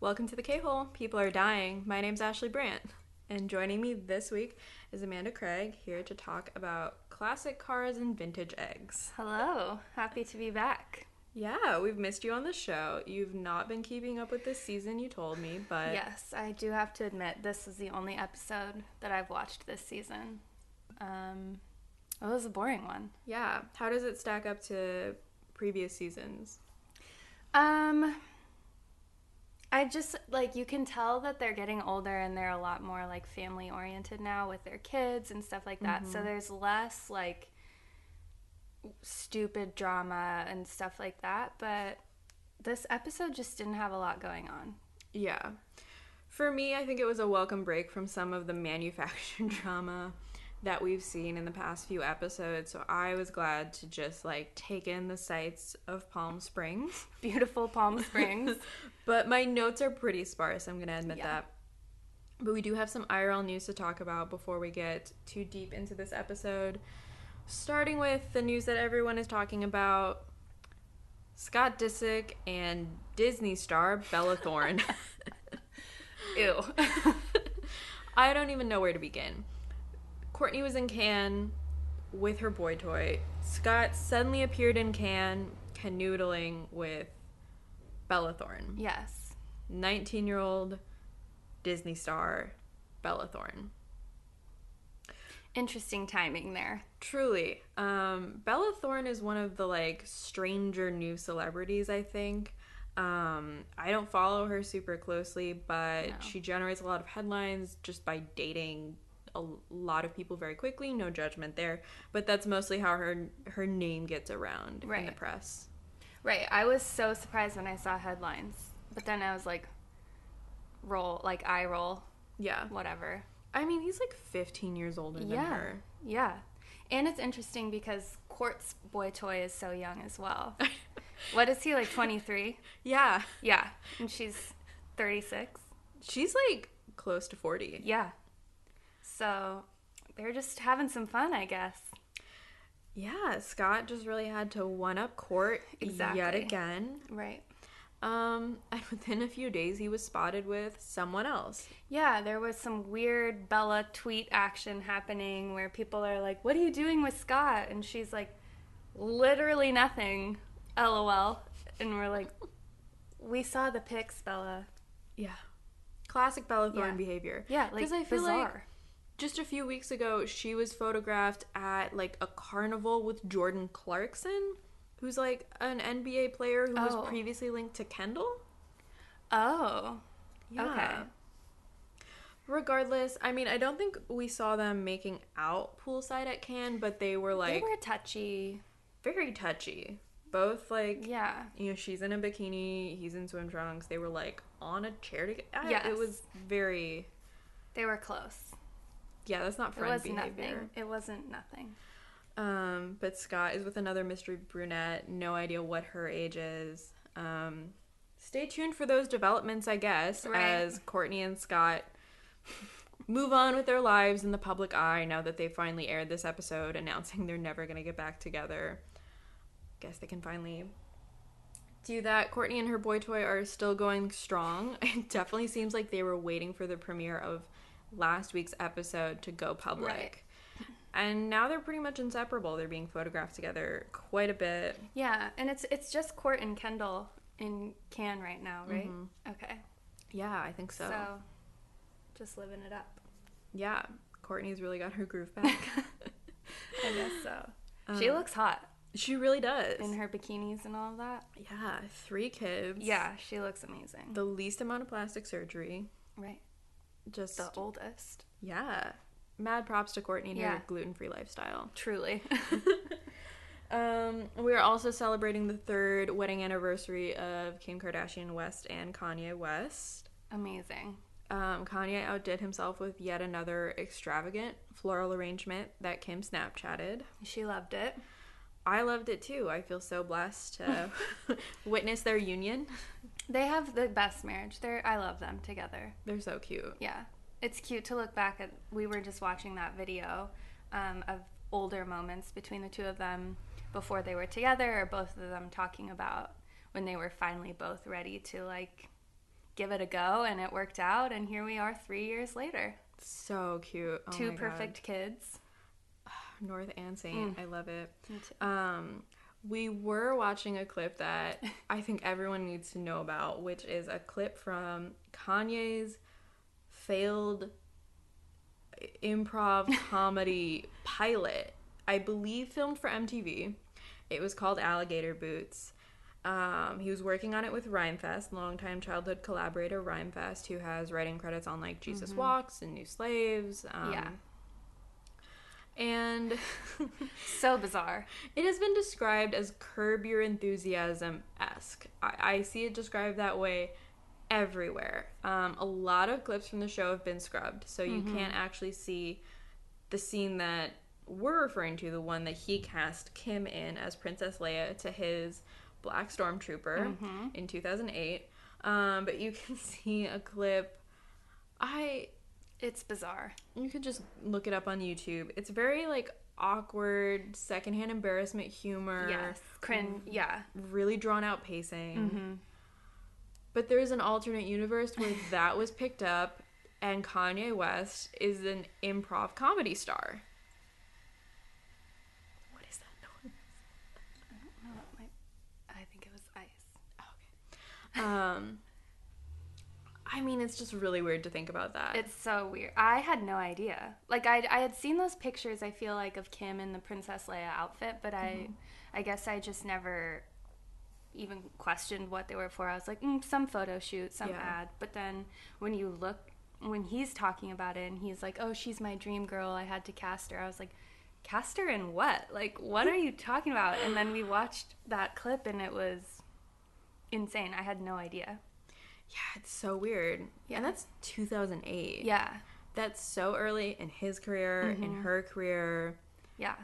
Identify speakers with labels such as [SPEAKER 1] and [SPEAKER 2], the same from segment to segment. [SPEAKER 1] Welcome to the K Hole. People are dying. My name's Ashley Brandt, and joining me this week is Amanda Craig here to talk about classic cars and vintage eggs.
[SPEAKER 2] Hello, happy to be back.
[SPEAKER 1] Yeah, we've missed you on the show. You've not been keeping up with this season, you told me, but
[SPEAKER 2] Yes, I do have to admit this is the only episode that I've watched this season. Um, it was a boring one.
[SPEAKER 1] yeah, how does it stack up to previous seasons?
[SPEAKER 2] Um, I just like you can tell that they're getting older and they're a lot more like family oriented now with their kids and stuff like that. So there's less like stupid drama and stuff like that. But this episode just didn't have a lot going on.
[SPEAKER 1] Yeah. For me, I think it was a welcome break from some of the manufactured drama that we've seen in the past few episodes. So I was glad to just like take in the sights of Palm Springs.
[SPEAKER 2] Beautiful Palm Springs.
[SPEAKER 1] But my notes are pretty sparse, I'm going to admit
[SPEAKER 2] Yeah.
[SPEAKER 1] that. But we do have some IRL news to talk about before we get too deep into this episode. Starting with the news that everyone is talking about Scott Disick and Disney star Bella Thorne.
[SPEAKER 2] Ew.
[SPEAKER 1] I don't even know where to begin. Courtney was in Cannes with her boy toy. Scott suddenly appeared in Cannes canoodling with Bella Thorne,
[SPEAKER 2] yes.
[SPEAKER 1] 19 year old Disney star Bella Thorne.
[SPEAKER 2] Interesting timing there.
[SPEAKER 1] Truly. Um, Bella Thorne is one of the like stranger new celebrities, I think. Um, I don't follow her super closely, but
[SPEAKER 2] No.
[SPEAKER 1] she generates a lot of headlines just by dating a lot of people very quickly. No judgment there, but that's mostly how her her name gets around in the
[SPEAKER 2] Right.
[SPEAKER 1] press.
[SPEAKER 2] Right. I was so surprised when I saw headlines, but then I was like, roll, like eye roll,
[SPEAKER 1] Yeah,
[SPEAKER 2] whatever.
[SPEAKER 1] I mean he's like 15 years older than
[SPEAKER 2] Yeah.
[SPEAKER 1] her.
[SPEAKER 2] Yeah. And it's interesting because Quartz Boy Toy is so young as well. what is he, like 23?
[SPEAKER 1] yeah,
[SPEAKER 2] Yeah. And she's 36.
[SPEAKER 1] she's like close to 40.
[SPEAKER 2] Yeah. So they're just having some fun, I guess.
[SPEAKER 1] Yeah, Scott just really had to one up court yet
[SPEAKER 2] Exactly.
[SPEAKER 1] again.
[SPEAKER 2] Right.
[SPEAKER 1] Um, and within a few days, he was spotted with someone else.
[SPEAKER 2] Yeah, there was some weird Bella tweet action happening where people are like, What are you doing with Scott? And she's like, Literally nothing, lol. And we're like, We saw the pics, Bella.
[SPEAKER 1] Yeah. Classic Bella Thorne
[SPEAKER 2] Yeah.
[SPEAKER 1] behavior.
[SPEAKER 2] Yeah, like,
[SPEAKER 1] 'Cause I feel like
[SPEAKER 2] bizarre.
[SPEAKER 1] just a few weeks ago, she was photographed at like a carnival with Jordan Clarkson, who's like an NBA player who
[SPEAKER 2] Oh.
[SPEAKER 1] was previously linked to Kendall.
[SPEAKER 2] Oh, okay.
[SPEAKER 1] Regardless, I mean, I don't think we saw them making out poolside at Cannes, but they were like
[SPEAKER 2] they were touchy.
[SPEAKER 1] very touchy. Both like
[SPEAKER 2] Yeah.
[SPEAKER 1] you know, she's in a bikini, he's in swim trunks. They were like on a chair together.
[SPEAKER 2] Yes.
[SPEAKER 1] It was very,
[SPEAKER 2] They were close.
[SPEAKER 1] yeah, that's not
[SPEAKER 2] It
[SPEAKER 1] friend
[SPEAKER 2] was nothing.
[SPEAKER 1] behavior.
[SPEAKER 2] It wasn't nothing.
[SPEAKER 1] Um, but Scott is with another mystery brunette. No idea what her age is. Um, stay tuned for those developments, I guess,
[SPEAKER 2] Right.
[SPEAKER 1] as Courtney and Scott move on with their lives in the public eye now that they finally aired this episode, announcing they're never going to get back together. Guess they can finally do that. Courtney and her boy toy are still going strong. It definitely seems like they were waiting for the premiere of last week's episode to go public.
[SPEAKER 2] Right.
[SPEAKER 1] And now they're pretty much inseparable. They're being photographed together quite a bit.
[SPEAKER 2] Yeah, and it's it's just Court and Kendall in Can right now, right? Okay.
[SPEAKER 1] Yeah, I think Mm-hmm. so.
[SPEAKER 2] So, just living it up.
[SPEAKER 1] Yeah, Courtney's really got her groove back.
[SPEAKER 2] I guess so. she looks hot
[SPEAKER 1] she really does.
[SPEAKER 2] in her bikinis and all of that.
[SPEAKER 1] yeah, three kids.
[SPEAKER 2] Yeah, she looks amazing.
[SPEAKER 1] The least amount of plastic surgery.
[SPEAKER 2] right.
[SPEAKER 1] Just,
[SPEAKER 2] The oldest.
[SPEAKER 1] yeah. Mad props to Courtney and
[SPEAKER 2] Yeah.
[SPEAKER 1] her gluten free lifestyle.
[SPEAKER 2] Truly.
[SPEAKER 1] Um, we are also celebrating the third wedding anniversary of Kim Kardashian West and Kanye West.
[SPEAKER 2] amazing.
[SPEAKER 1] Um, Kanye outdid himself with yet another extravagant floral arrangement that Kim Snapchatted.
[SPEAKER 2] She loved it.
[SPEAKER 1] I loved it too. I feel so blessed to witness their union.
[SPEAKER 2] They have the best marriage. They're I love them together.
[SPEAKER 1] They're so cute.
[SPEAKER 2] Yeah. It's cute to look back at. We were just watching that video um, of older moments between the two of them before they were together, or both of them talking about when they were finally both ready to like give it a go and it worked out and here we are 3 years later.
[SPEAKER 1] So cute. Oh
[SPEAKER 2] Two
[SPEAKER 1] my God.
[SPEAKER 2] perfect kids.
[SPEAKER 1] North and Saint. I love it.
[SPEAKER 2] Mm. Me too.
[SPEAKER 1] Um, we were watching a clip that I think everyone needs to know about, which is a clip from Kanye's failed improv comedy pilot, I believe filmed for MTV. It was called Alligator Boots. Um, he was working on it with Rhymefest, longtime childhood collaborator Rhymefest, who has writing credits on like Jesus Walks and New Slaves. Um,
[SPEAKER 2] Mm-hmm. Yeah.
[SPEAKER 1] And
[SPEAKER 2] So bizarre.
[SPEAKER 1] It has been described as curb your enthusiasm esque. I-, I see it described that way everywhere. Um, a lot of clips from the show have been scrubbed, so you can't actually see the scene that we're referring to, the one that he cast Kim in as Princess Leia to his black stormtrooper in 2008. Um, but you can see a clip. I
[SPEAKER 2] It's bizarre.
[SPEAKER 1] you could just look it up on YouTube. It's very like awkward, secondhand embarrassment humor,
[SPEAKER 2] Yes. Mm. Mm-hmm. Crin. Yeah.
[SPEAKER 1] really drawn out pacing. But there is an alternate universe where that was picked up, and Kanye West is an improv comedy star. What is that noise?
[SPEAKER 2] No, it might- Oh, I think it was ice.
[SPEAKER 1] Okay. Um, I mean, it's just really weird to think about that.
[SPEAKER 2] It's so weird. I had no idea. Like I, I had seen those pictures. I feel like of Kim in the Princess Leia outfit, but I, I guess I just never even questioned what they were for. I was like, mm, some photo shoot, some
[SPEAKER 1] Yeah.
[SPEAKER 2] ad. But then when you look, when he's talking about it, and he's like, oh, she's my dream girl. I had to cast her. I was like. Cast her in what? Like, what are you talking about? And then we watched that clip, and it was insane. I had no idea.
[SPEAKER 1] yeah, it's so weird.
[SPEAKER 2] Yeah.
[SPEAKER 1] And that's 2008.
[SPEAKER 2] Yeah,
[SPEAKER 1] That's so early in his career, in her career.
[SPEAKER 2] yeah,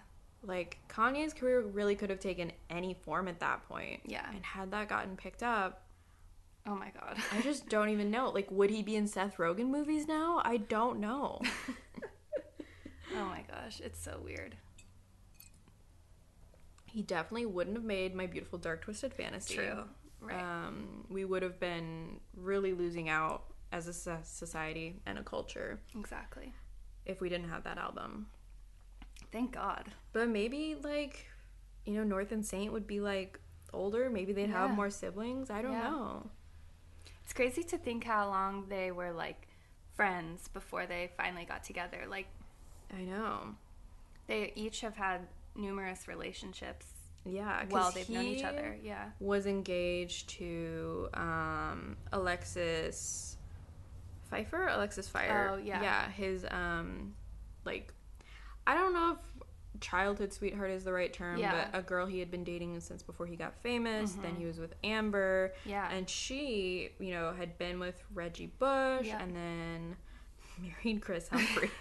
[SPEAKER 1] Like Kanye's career really could have taken any form at that point.
[SPEAKER 2] Yeah.
[SPEAKER 1] And had that gotten picked up,
[SPEAKER 2] oh my god.
[SPEAKER 1] I just don't even know. Like, would he be in Seth Rogen movies now? I don't know.
[SPEAKER 2] Oh my gosh, it's so weird.
[SPEAKER 1] he definitely wouldn't have made my beautiful dark twisted fantasy.
[SPEAKER 2] Right.
[SPEAKER 1] Um, we would have been really losing out as a so- society and a culture
[SPEAKER 2] exactly.
[SPEAKER 1] if we didn't have that album.
[SPEAKER 2] Thank God.
[SPEAKER 1] But maybe like, you know, North and Saint would be like older. Maybe they'd have
[SPEAKER 2] Yeah.
[SPEAKER 1] more siblings. I don't
[SPEAKER 2] Yeah.
[SPEAKER 1] know.
[SPEAKER 2] It's crazy to think how long they were like friends before they finally got together. Like
[SPEAKER 1] I know.
[SPEAKER 2] they each have had numerous relationships
[SPEAKER 1] Yeah, Uh, 'cause
[SPEAKER 2] while they've known
[SPEAKER 1] he
[SPEAKER 2] each other. Yeah.
[SPEAKER 1] Was engaged to um, Alexis Pfeiffer, Alexis Fire.
[SPEAKER 2] Oh, yeah.
[SPEAKER 1] yeah. His um, like, I don't know if childhood sweetheart is the right term,
[SPEAKER 2] Yeah. Mm-hmm.
[SPEAKER 1] but a girl he had been dating since before he got famous. Then he was with Amber,
[SPEAKER 2] Yeah.
[SPEAKER 1] and she, you know, had been with Reggie Bush,
[SPEAKER 2] Yeah.
[SPEAKER 1] and then married Chris Humphries.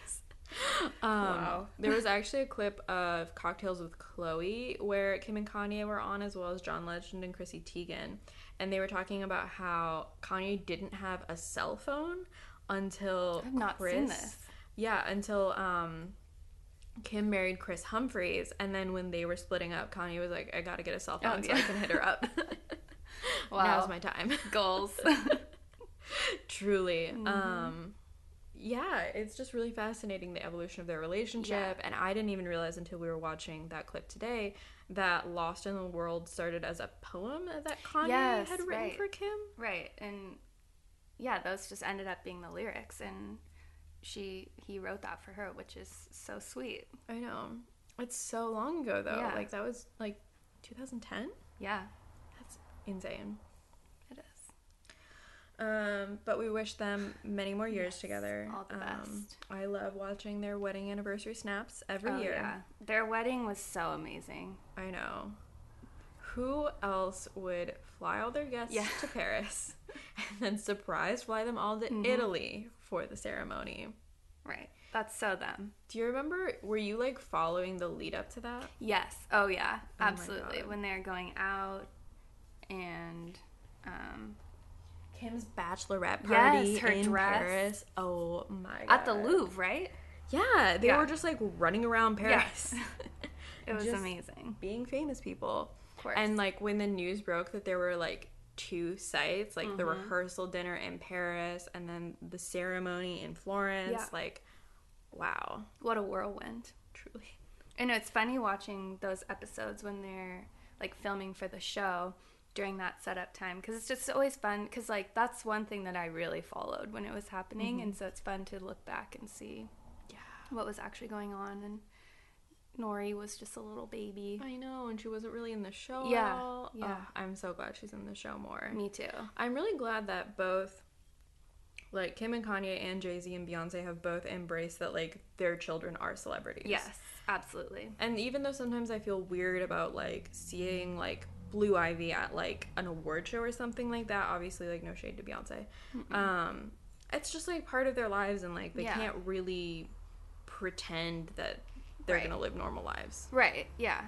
[SPEAKER 1] Um,
[SPEAKER 2] Wow.
[SPEAKER 1] there was actually a clip of Cocktails with Chloe where Kim and Kanye were on, as well as John Legend and Chrissy Teigen. And they were talking about how Kanye didn't have a cell phone until
[SPEAKER 2] I've not
[SPEAKER 1] Chris.
[SPEAKER 2] seen this.
[SPEAKER 1] Yeah, until um, Kim married Chris Humphries. And then when they were splitting up, Kanye was like, I gotta get a cell phone
[SPEAKER 2] Oh,
[SPEAKER 1] so I
[SPEAKER 2] yeah.
[SPEAKER 1] can hit her up.
[SPEAKER 2] Wow.
[SPEAKER 1] Now's my time.
[SPEAKER 2] Goals.
[SPEAKER 1] Truly.
[SPEAKER 2] Mm-hmm.
[SPEAKER 1] Um yeah, it's just really fascinating the evolution of their relationship. And I didn't even realize until we were watching that clip today that Lost in the World started as a poem that Kanye
[SPEAKER 2] Yes,
[SPEAKER 1] had written
[SPEAKER 2] right.
[SPEAKER 1] for Kim.
[SPEAKER 2] right. And yeah, those just ended up being the lyrics and she he wrote that for her, which is so sweet.
[SPEAKER 1] I know. It's so long ago though.
[SPEAKER 2] Yeah.
[SPEAKER 1] Like that was like 2010?
[SPEAKER 2] Yeah,
[SPEAKER 1] That's insane.
[SPEAKER 2] it is.
[SPEAKER 1] Um, but we wish them many more years together.
[SPEAKER 2] all the
[SPEAKER 1] Um,
[SPEAKER 2] best.
[SPEAKER 1] I love watching their wedding anniversary snaps every
[SPEAKER 2] Oh,
[SPEAKER 1] year.
[SPEAKER 2] yeah. Their wedding was so amazing.
[SPEAKER 1] I know. Who else would fly all their guests
[SPEAKER 2] Yeah.
[SPEAKER 1] to Paris and then surprise fly them all to Italy for the ceremony?
[SPEAKER 2] Right. That's so them.
[SPEAKER 1] Do you remember? Were you like following the lead up to that?
[SPEAKER 2] Yes. Oh yeah.
[SPEAKER 1] my
[SPEAKER 2] Absolutely.
[SPEAKER 1] God.
[SPEAKER 2] When they're going out and um
[SPEAKER 1] Kim's bachelorette party
[SPEAKER 2] Yes, her
[SPEAKER 1] in
[SPEAKER 2] dress.
[SPEAKER 1] Paris. Oh my god!
[SPEAKER 2] at the Louvre, right?
[SPEAKER 1] Yeah, they
[SPEAKER 2] Yeah.
[SPEAKER 1] were just like running around Paris,
[SPEAKER 2] Yes. It was
[SPEAKER 1] Just-
[SPEAKER 2] amazing.
[SPEAKER 1] being famous people.
[SPEAKER 2] Of course.
[SPEAKER 1] And like when the news broke that there were like two sites, like the rehearsal dinner in Paris and then the ceremony in Florence.
[SPEAKER 2] Yeah.
[SPEAKER 1] Like, wow,
[SPEAKER 2] What a whirlwind.
[SPEAKER 1] truly.
[SPEAKER 2] I know it's funny watching those episodes when they're like filming for the show during that setup time because it's just always fun because like that's one thing that I really followed when it was happening and so it's fun to look back and see
[SPEAKER 1] Yeah.
[SPEAKER 2] what was actually going on and Nori was just a little baby.
[SPEAKER 1] I know, and she wasn't really in the show
[SPEAKER 2] Yeah,
[SPEAKER 1] at all.
[SPEAKER 2] yeah.
[SPEAKER 1] Ugh, I'm so glad she's in the show more.
[SPEAKER 2] Me too.
[SPEAKER 1] I'm really glad that both like Kim and Kanye and Jay-Z and Beyonce have both embraced that like their children are celebrities.
[SPEAKER 2] Yes, absolutely.
[SPEAKER 1] And even though sometimes I feel weird about like seeing like Blue Ivy at like an award show or something like that, obviously like no shade to Beyonce. Um it's just like part of their lives and like they
[SPEAKER 2] Yeah.
[SPEAKER 1] can't really pretend that they're
[SPEAKER 2] Right.
[SPEAKER 1] going to live normal lives.
[SPEAKER 2] Right, yeah.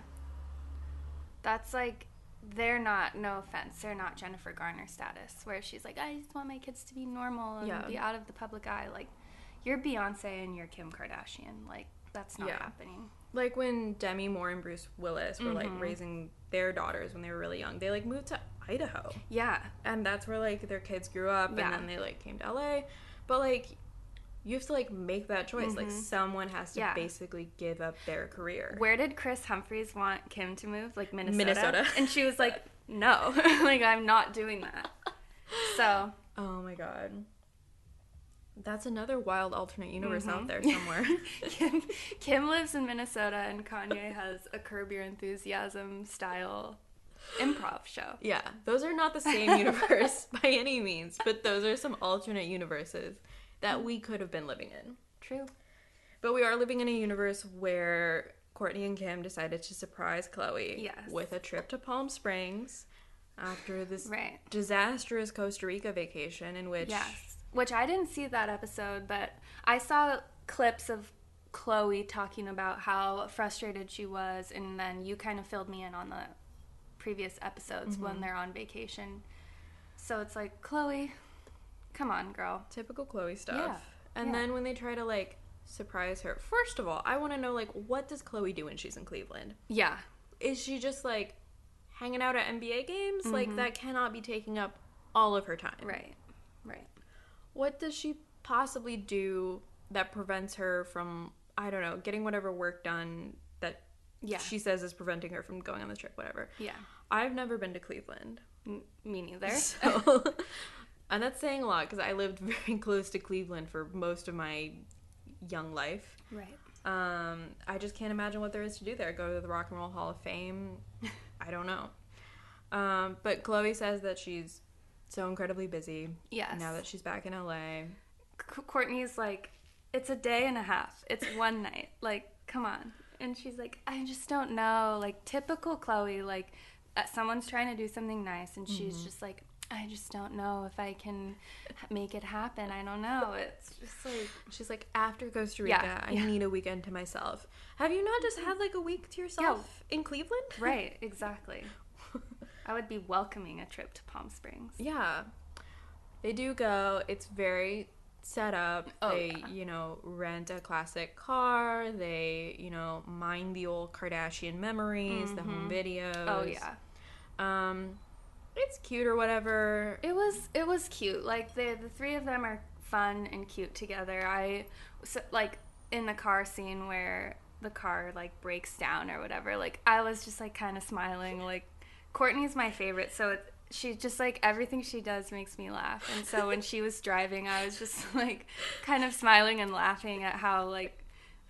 [SPEAKER 2] That's like they're not no offense, they're not Jennifer Garner status where she's like, I just want my kids to be normal and
[SPEAKER 1] Yeah.
[SPEAKER 2] be out of the public eye. Like you're Beyonce and you're Kim Kardashian. Like that's not
[SPEAKER 1] Yeah.
[SPEAKER 2] happening.
[SPEAKER 1] like when Demi Moore and Bruce Willis were
[SPEAKER 2] Mm-hmm.
[SPEAKER 1] like raising their daughters when they were really young, they like moved to Idaho.
[SPEAKER 2] Yeah.
[SPEAKER 1] And that's where like their kids grew up
[SPEAKER 2] Yeah.
[SPEAKER 1] and then they like came to LA. But like you have to like make that choice. Like someone has to
[SPEAKER 2] Mm-hmm. Yeah.
[SPEAKER 1] basically give up their career.
[SPEAKER 2] Where did Chris Humphries want Kim to move? Like Minnesota.
[SPEAKER 1] Minnesota.
[SPEAKER 2] And she was like, No. like I'm not doing that. So
[SPEAKER 1] Oh my god. That's another wild alternate universe
[SPEAKER 2] Mm-hmm.
[SPEAKER 1] out there somewhere.
[SPEAKER 2] Kim, Kim lives in Minnesota and Kanye has a curb your enthusiasm style improv show.
[SPEAKER 1] yeah. Those are not the same universe by any means, but those are some alternate universes that we could have been living in.
[SPEAKER 2] True.
[SPEAKER 1] But we are living in a universe where Courtney and Kim decided to surprise Chloe
[SPEAKER 2] Yes.
[SPEAKER 1] with a trip to Palm Springs after this
[SPEAKER 2] Right.
[SPEAKER 1] disastrous Costa Rica vacation in which
[SPEAKER 2] Yes. Which I didn't see that episode, but I saw clips of Chloe talking about how frustrated she was, and then you kind of filled me in on the previous episodes
[SPEAKER 1] Mm-hmm.
[SPEAKER 2] when they're on vacation. So it's like, Chloe, come on, girl.
[SPEAKER 1] typical Chloe stuff.
[SPEAKER 2] Yeah,
[SPEAKER 1] And
[SPEAKER 2] yeah.
[SPEAKER 1] then when they try to like surprise her, first of all, I want to know like what does Chloe do when she's in Cleveland?
[SPEAKER 2] Yeah.
[SPEAKER 1] Is she just like hanging out at NBA games? Like that cannot be taking up all of her time.
[SPEAKER 2] Mm-hmm. Right. Right.
[SPEAKER 1] what does she possibly do that prevents her from i don't know getting whatever work done that
[SPEAKER 2] Yeah.
[SPEAKER 1] she says is preventing her from going on the trip whatever
[SPEAKER 2] Yeah.
[SPEAKER 1] i've never been to cleveland
[SPEAKER 2] M- me neither.
[SPEAKER 1] so and that's saying a lot because i lived very close to cleveland for most of my young life
[SPEAKER 2] right.
[SPEAKER 1] um, I just can't imagine what there is to do there. Go to the Rock and Roll Hall of Fame? I don't know. Um, but Chloe says that she's so incredibly busy.
[SPEAKER 2] Yes.
[SPEAKER 1] Now that she's back in LA.
[SPEAKER 2] C- Courtney's like, it's a day and a half. It's one night. Like, come on. And she's like, I just don't know. Like, typical Chloe, like, uh, someone's trying to do something nice, and she's just like, I just don't know if I can h- make it happen. I don't know. It's just like,
[SPEAKER 1] She's like, after Costa Rica,
[SPEAKER 2] Yeah,
[SPEAKER 1] I
[SPEAKER 2] yeah. Mm-hmm.
[SPEAKER 1] need a weekend to myself. Have you not just had like a week to yourself in Cleveland?
[SPEAKER 2] right, exactly. I would be welcoming a trip to Palm Springs.
[SPEAKER 1] Yeah. They do go. It's very set up.
[SPEAKER 2] Oh,
[SPEAKER 1] they,
[SPEAKER 2] yeah.
[SPEAKER 1] you know, rent a classic car. They, you know, mine the old Kardashian memories, the home videos.
[SPEAKER 2] Oh, yeah.
[SPEAKER 1] Um, it's cute or whatever.
[SPEAKER 2] It was it was cute. Like the the three of them are fun and cute together. I so, like in the car scene where the car like breaks down or whatever. Like I was just like kind of smiling. Like Courtney's my favorite, so it, she just like everything she does makes me laugh. And so when she was driving, I was just like kind of smiling and laughing at how like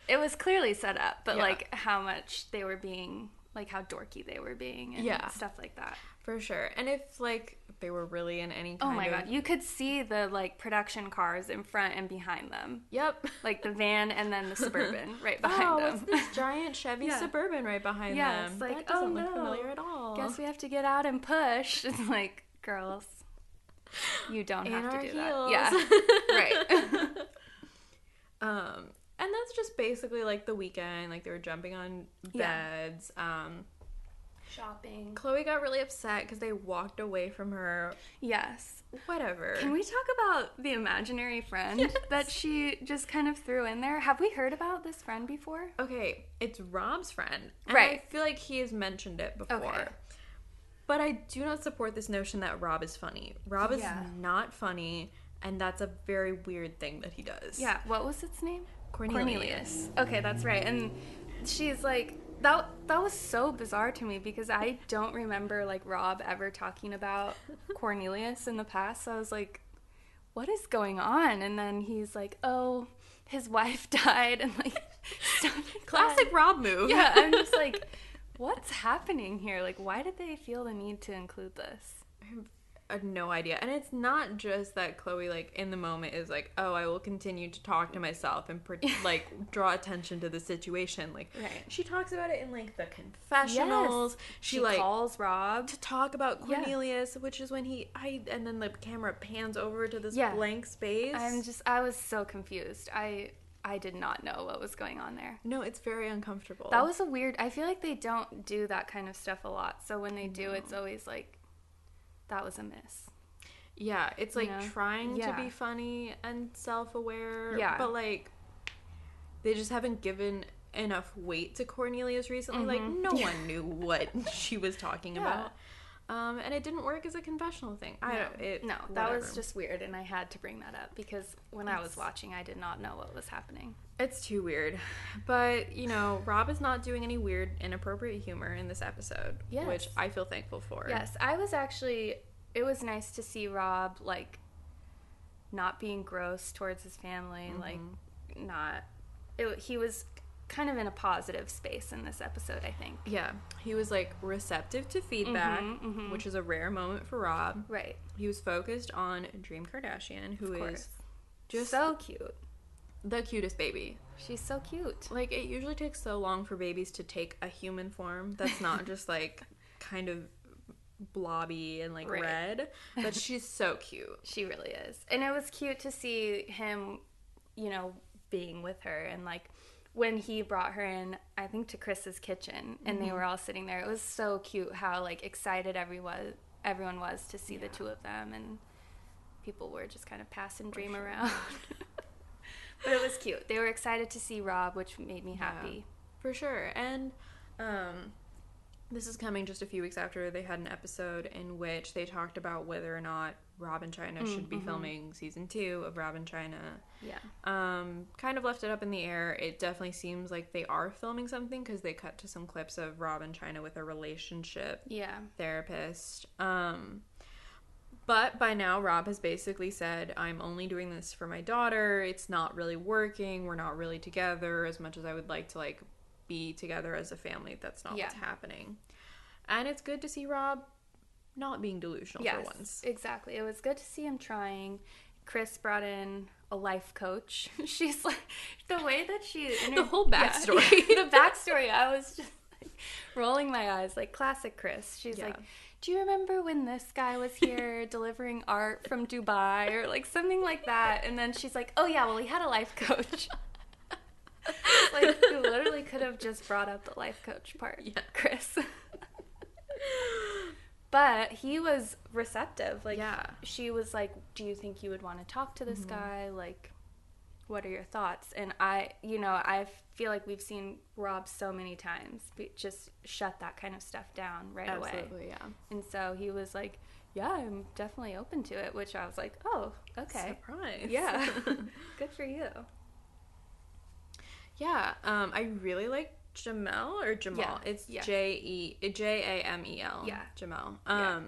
[SPEAKER 2] it was clearly set up, but
[SPEAKER 1] Yeah.
[SPEAKER 2] like how much they were being like how dorky they were being and
[SPEAKER 1] Yeah.
[SPEAKER 2] stuff like that.
[SPEAKER 1] For sure. And if like they were really in any
[SPEAKER 2] Oh
[SPEAKER 1] kind
[SPEAKER 2] my
[SPEAKER 1] of
[SPEAKER 2] god, you could see the like production cars in front and behind them.
[SPEAKER 1] Yep.
[SPEAKER 2] Like the van and then the suburban right behind
[SPEAKER 1] oh,
[SPEAKER 2] them.
[SPEAKER 1] what's this giant Chevy
[SPEAKER 2] Yeah.
[SPEAKER 1] Suburban right behind
[SPEAKER 2] Yeah,
[SPEAKER 1] them?
[SPEAKER 2] it's like,
[SPEAKER 1] that doesn't
[SPEAKER 2] oh,
[SPEAKER 1] look
[SPEAKER 2] no.
[SPEAKER 1] familiar at all.
[SPEAKER 2] Guess we have to get out and push. It's like, girls, you don't
[SPEAKER 1] In
[SPEAKER 2] have
[SPEAKER 1] our
[SPEAKER 2] to do that.
[SPEAKER 1] heels.
[SPEAKER 2] Yeah. right.
[SPEAKER 1] Um, and that's just basically like the weekend. Like they were jumping on
[SPEAKER 2] Yeah.
[SPEAKER 1] beds. Um,
[SPEAKER 2] Shopping.
[SPEAKER 1] Chloe got really upset because they walked away from her.
[SPEAKER 2] Yes.
[SPEAKER 1] Whatever.
[SPEAKER 2] Can we talk about the imaginary friend
[SPEAKER 1] Yes.
[SPEAKER 2] that she just kind of threw in there? Have we heard about this friend before?
[SPEAKER 1] okay, it's Rob's friend. And I
[SPEAKER 2] Right.
[SPEAKER 1] feel like he has mentioned it before. But I do not support this notion that Rob is funny. Rob is
[SPEAKER 2] Yeah.
[SPEAKER 1] not funny, and that's a very weird thing that he does.
[SPEAKER 2] Yeah, what was its name?
[SPEAKER 1] Cornelius.
[SPEAKER 2] Okay, that's right. And she's like that that was so bizarre to me because I don't remember like Rob ever talking about Cornelius in the past. So I was like what is going on? And then he's like, "Oh, his wife died." And like
[SPEAKER 1] Classic Rob move.
[SPEAKER 2] Yeah, I'm just like what's happening here? Like why did they feel the need to include this?
[SPEAKER 1] I have no idea. And it's not just that Chloe, like, in the moment is like, oh, I will continue to talk to myself and, pre- like, draw attention to the situation. Like,
[SPEAKER 2] Right.
[SPEAKER 1] she talks about it in, like, the confessionals. She,
[SPEAKER 2] She,
[SPEAKER 1] like,
[SPEAKER 2] calls Rob.
[SPEAKER 1] to talk about
[SPEAKER 2] Yeah.
[SPEAKER 1] Cornelius, which is when he, I, and then the camera pans over to this
[SPEAKER 2] Yeah.
[SPEAKER 1] blank space.
[SPEAKER 2] I'm just I was so confused. I I did not know what was going on there.
[SPEAKER 1] no, it's very uncomfortable.
[SPEAKER 2] That was a weird. I feel like they don't do that kind of stuff a lot. So when they do, it's always like that was a miss.
[SPEAKER 1] Yeah, it's like
[SPEAKER 2] You know?
[SPEAKER 1] trying
[SPEAKER 2] Yeah.
[SPEAKER 1] to be funny and self-aware.
[SPEAKER 2] Yeah.
[SPEAKER 1] but like they just haven't given enough weight to Cornelius recently.
[SPEAKER 2] Mhm.
[SPEAKER 1] Like no one knew what she was talking
[SPEAKER 2] Yeah.
[SPEAKER 1] about, um, and it didn't work as a confessional thing. I don't. It,
[SPEAKER 2] no, that was
[SPEAKER 1] whatever.
[SPEAKER 2] just weird, and I had to bring that up because when I was watching, I did not know what was happening.
[SPEAKER 1] it's too weird. But you know, Rob is not doing any weird, inappropriate humor in this episode, which
[SPEAKER 2] Yes.
[SPEAKER 1] I feel thankful for.
[SPEAKER 2] Yes, I was actually. It was nice to see Rob like not being gross towards his family,
[SPEAKER 1] Mm-hmm.
[SPEAKER 2] like not. It, he was kind of in a positive space in this episode. I think.
[SPEAKER 1] Yeah, he was like receptive to feedback,
[SPEAKER 2] Mhm, mhm.
[SPEAKER 1] which is a rare moment for Rob.
[SPEAKER 2] Right.
[SPEAKER 1] He was focused on Dream Kardashian, who
[SPEAKER 2] Of
[SPEAKER 1] is
[SPEAKER 2] course.
[SPEAKER 1] just
[SPEAKER 2] so cute.
[SPEAKER 1] the cutest baby.
[SPEAKER 2] She's so cute.
[SPEAKER 1] Like, it usually takes so long for babies to take a human form that's not just like kind of blobby and like
[SPEAKER 2] Right.
[SPEAKER 1] red, but she's so cute.
[SPEAKER 2] She really is. And it was cute to see him, you know, being with her and like when he brought her in, I think to Chris's kitchen and they were all sitting there. It was so cute how like excited everyone everyone was to see the two of them and people were just kind of passing dream around. but it was cute. They were excited to see Rob, which made me happy.
[SPEAKER 1] For sure. And um this is coming just a few weeks after they had an episode in which they talked about whether or not Rob and China should be
[SPEAKER 2] Mm-hmm.
[SPEAKER 1] filming season two of Rob and China.
[SPEAKER 2] Yeah.
[SPEAKER 1] um, kind of left it up in the air. It definitely seems like they are filming something because they cut to some clips of Rob and China with a relationship
[SPEAKER 2] Yeah.
[SPEAKER 1] therapist. Um, but by now, Rob has basically said, I'm only doing this for my daughter. It's not really working. We're not really together as much as I would like to, like, be together as a family. That's not what's
[SPEAKER 2] Yeah.
[SPEAKER 1] happening. And it's good to see Rob not being delusional for once.
[SPEAKER 2] Exactly. It was good to see him trying. Chris brought in a life coach. She's like the way that she
[SPEAKER 1] The whole backstory.
[SPEAKER 2] Yeah, the backstory. I was just like rolling my eyes, like classic Chris. She's
[SPEAKER 1] Yeah.
[SPEAKER 2] like, "Do you remember when this guy was here delivering art from Dubai or like something like that?" And then she's like, "Oh yeah, well he had a life coach." It's like you literally could have just brought up the life coach part,
[SPEAKER 1] Yeah.
[SPEAKER 2] Chris. but he was receptive. Like
[SPEAKER 1] Yeah. Mm-hmm.
[SPEAKER 2] she was like, "Do you think you would want to talk to this guy? Like, what are your thoughts?" And I, you know, I feel like we've seen Rob so many times be- just shut that kind of stuff down right away.
[SPEAKER 1] Absolutely, yeah.
[SPEAKER 2] And so he was like, "Yeah, I'm definitely open to it," which I was like, "Oh, okay,
[SPEAKER 1] Surprise.
[SPEAKER 2] yeah, good for you."
[SPEAKER 1] Yeah, um, I really like Jamel or Jamal.
[SPEAKER 2] Yeah,
[SPEAKER 1] It's
[SPEAKER 2] yeah.
[SPEAKER 1] J E J A M E L.
[SPEAKER 2] Yeah.
[SPEAKER 1] Jamel. Um,
[SPEAKER 2] Yeah.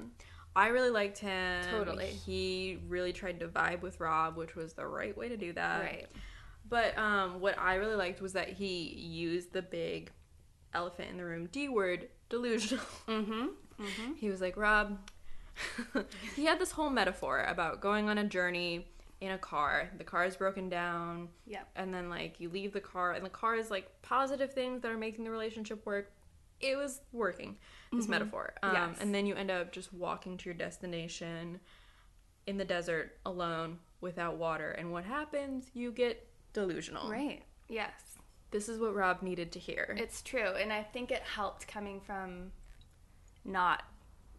[SPEAKER 1] I really liked him.
[SPEAKER 2] Totally.
[SPEAKER 1] He really tried to vibe with Rob, which was the right way to do that.
[SPEAKER 2] right.
[SPEAKER 1] But um, what I really liked was that he used the big elephant in the room D word, delusional.
[SPEAKER 2] Mm-hmm.
[SPEAKER 1] um,
[SPEAKER 2] Mm-hmm.
[SPEAKER 1] he was like Rob. he had this whole metaphor about going on a journey in a car. The car is broken down
[SPEAKER 2] Yep.
[SPEAKER 1] and then like you leave the car and the car is like positive things that are making the relationship work it was working this metaphor um,
[SPEAKER 2] Mm-hmm. Yes.
[SPEAKER 1] and then you end up just walking to your destination in the desert alone without water and what happens you get delusional
[SPEAKER 2] Right. Yes.
[SPEAKER 1] this is what rob needed to hear
[SPEAKER 2] It's true, and I think it helped coming from not